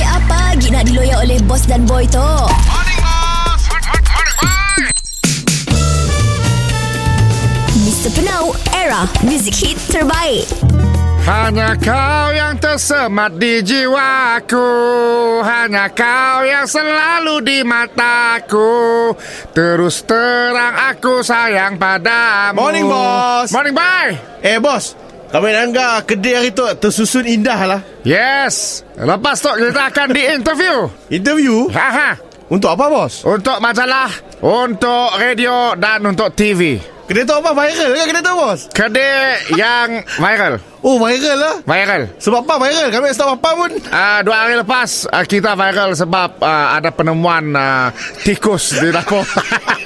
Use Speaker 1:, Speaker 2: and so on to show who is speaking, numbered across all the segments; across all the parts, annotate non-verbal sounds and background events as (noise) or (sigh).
Speaker 1: lagi nak diloyak oleh bos dan boy tu? Mr. Penau, era music hit terbaik.
Speaker 2: Hanya kau yang tersemat di jiwaku Hanya kau yang selalu di mataku Terus terang aku sayang padamu
Speaker 3: Morning, boss.
Speaker 2: Morning bye
Speaker 3: Eh bos Kami Angga Kedai hari tu Tersusun indah lah
Speaker 2: Yes Lepas tu kita akan di interview
Speaker 3: Interview
Speaker 2: Haha
Speaker 3: Untuk apa bos?
Speaker 2: Untuk majalah Untuk radio Dan untuk TV
Speaker 3: Kedai tu apa? Viral ke kedai tu bos?
Speaker 2: Kedai yang viral
Speaker 3: Oh viral lah
Speaker 2: Viral
Speaker 3: Sebab apa viral? Kami tak tahu apa pun
Speaker 2: Uh, dua hari lepas uh, kita viral sebab uh, ada penemuan uh, tikus di dapur.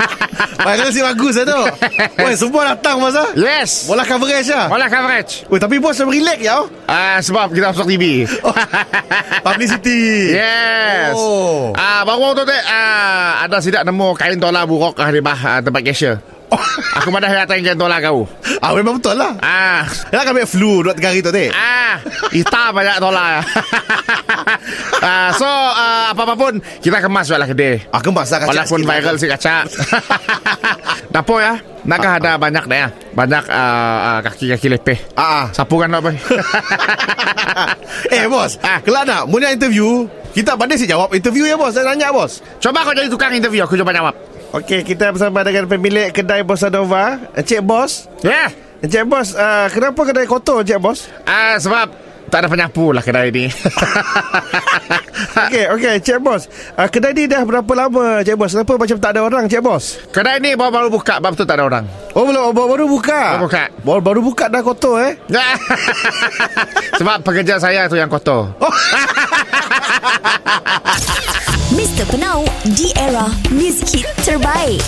Speaker 2: (laughs)
Speaker 3: Viral si bagus lah tu Woi semua datang bos lah
Speaker 2: yes.
Speaker 3: Bola coverage lah
Speaker 2: Bola coverage.
Speaker 3: Woi tapi bos dah relax ya
Speaker 2: Uh, sebab kita masuk TV.
Speaker 3: Publicity
Speaker 2: Yes.
Speaker 3: Oh.
Speaker 2: Ah, baru tu teh ah ada sidak nemu kain tola buruk ah di bah ah, tempat Kesha. Aku madah datang kain tola kau.
Speaker 3: Ah memang betul lah
Speaker 2: Ah.
Speaker 3: Yalah kami flu 2-3 hari tu teh
Speaker 2: Ah, hitam banyak tola. (laughs) ah, so ah, apa-apa pun kita kemas jual lah kedai.
Speaker 3: Ah kemas lah kacak
Speaker 2: Walaupun
Speaker 3: sikit lah.
Speaker 2: viral si kacak (laughs) Dapur ya Nakah ada banyak dah ya Banyak ah, ah, kaki-kaki lepeh
Speaker 3: Ah ah.
Speaker 2: Sapu kan apa
Speaker 3: (laughs) Eh bos
Speaker 2: Ah.
Speaker 3: Kelak nak Mulia interview Kita pandai si jawab interview ya bos Saya tanya bos
Speaker 2: Coba kau jadi tukang interview Aku cuba jawab
Speaker 3: Okey, kita bersama dengan pemilik kedai Bosanova, Encik Bos.
Speaker 2: Ya yeah.
Speaker 3: Encik Bos, uh, kenapa kedai kotor Encik Bos?
Speaker 2: ah, Sebab Tak ada penyapu lah kedai ni (laughs)
Speaker 3: Okey, okey Encik Bos. Uh, kedai ni dah berapa lama Encik Bos? Kenapa macam tak ada orang Encik Bos?
Speaker 2: Kedai ni baru-baru buka Bab tu tak ada orang (laughs)
Speaker 3: Oh, belum baru, baru buka.
Speaker 2: Baru buka.
Speaker 3: Baru, baru buka dah kotor eh.
Speaker 2: Sebab pekerja saya tu yang kotor
Speaker 1: Mr. Penau, di era music hit terbaik.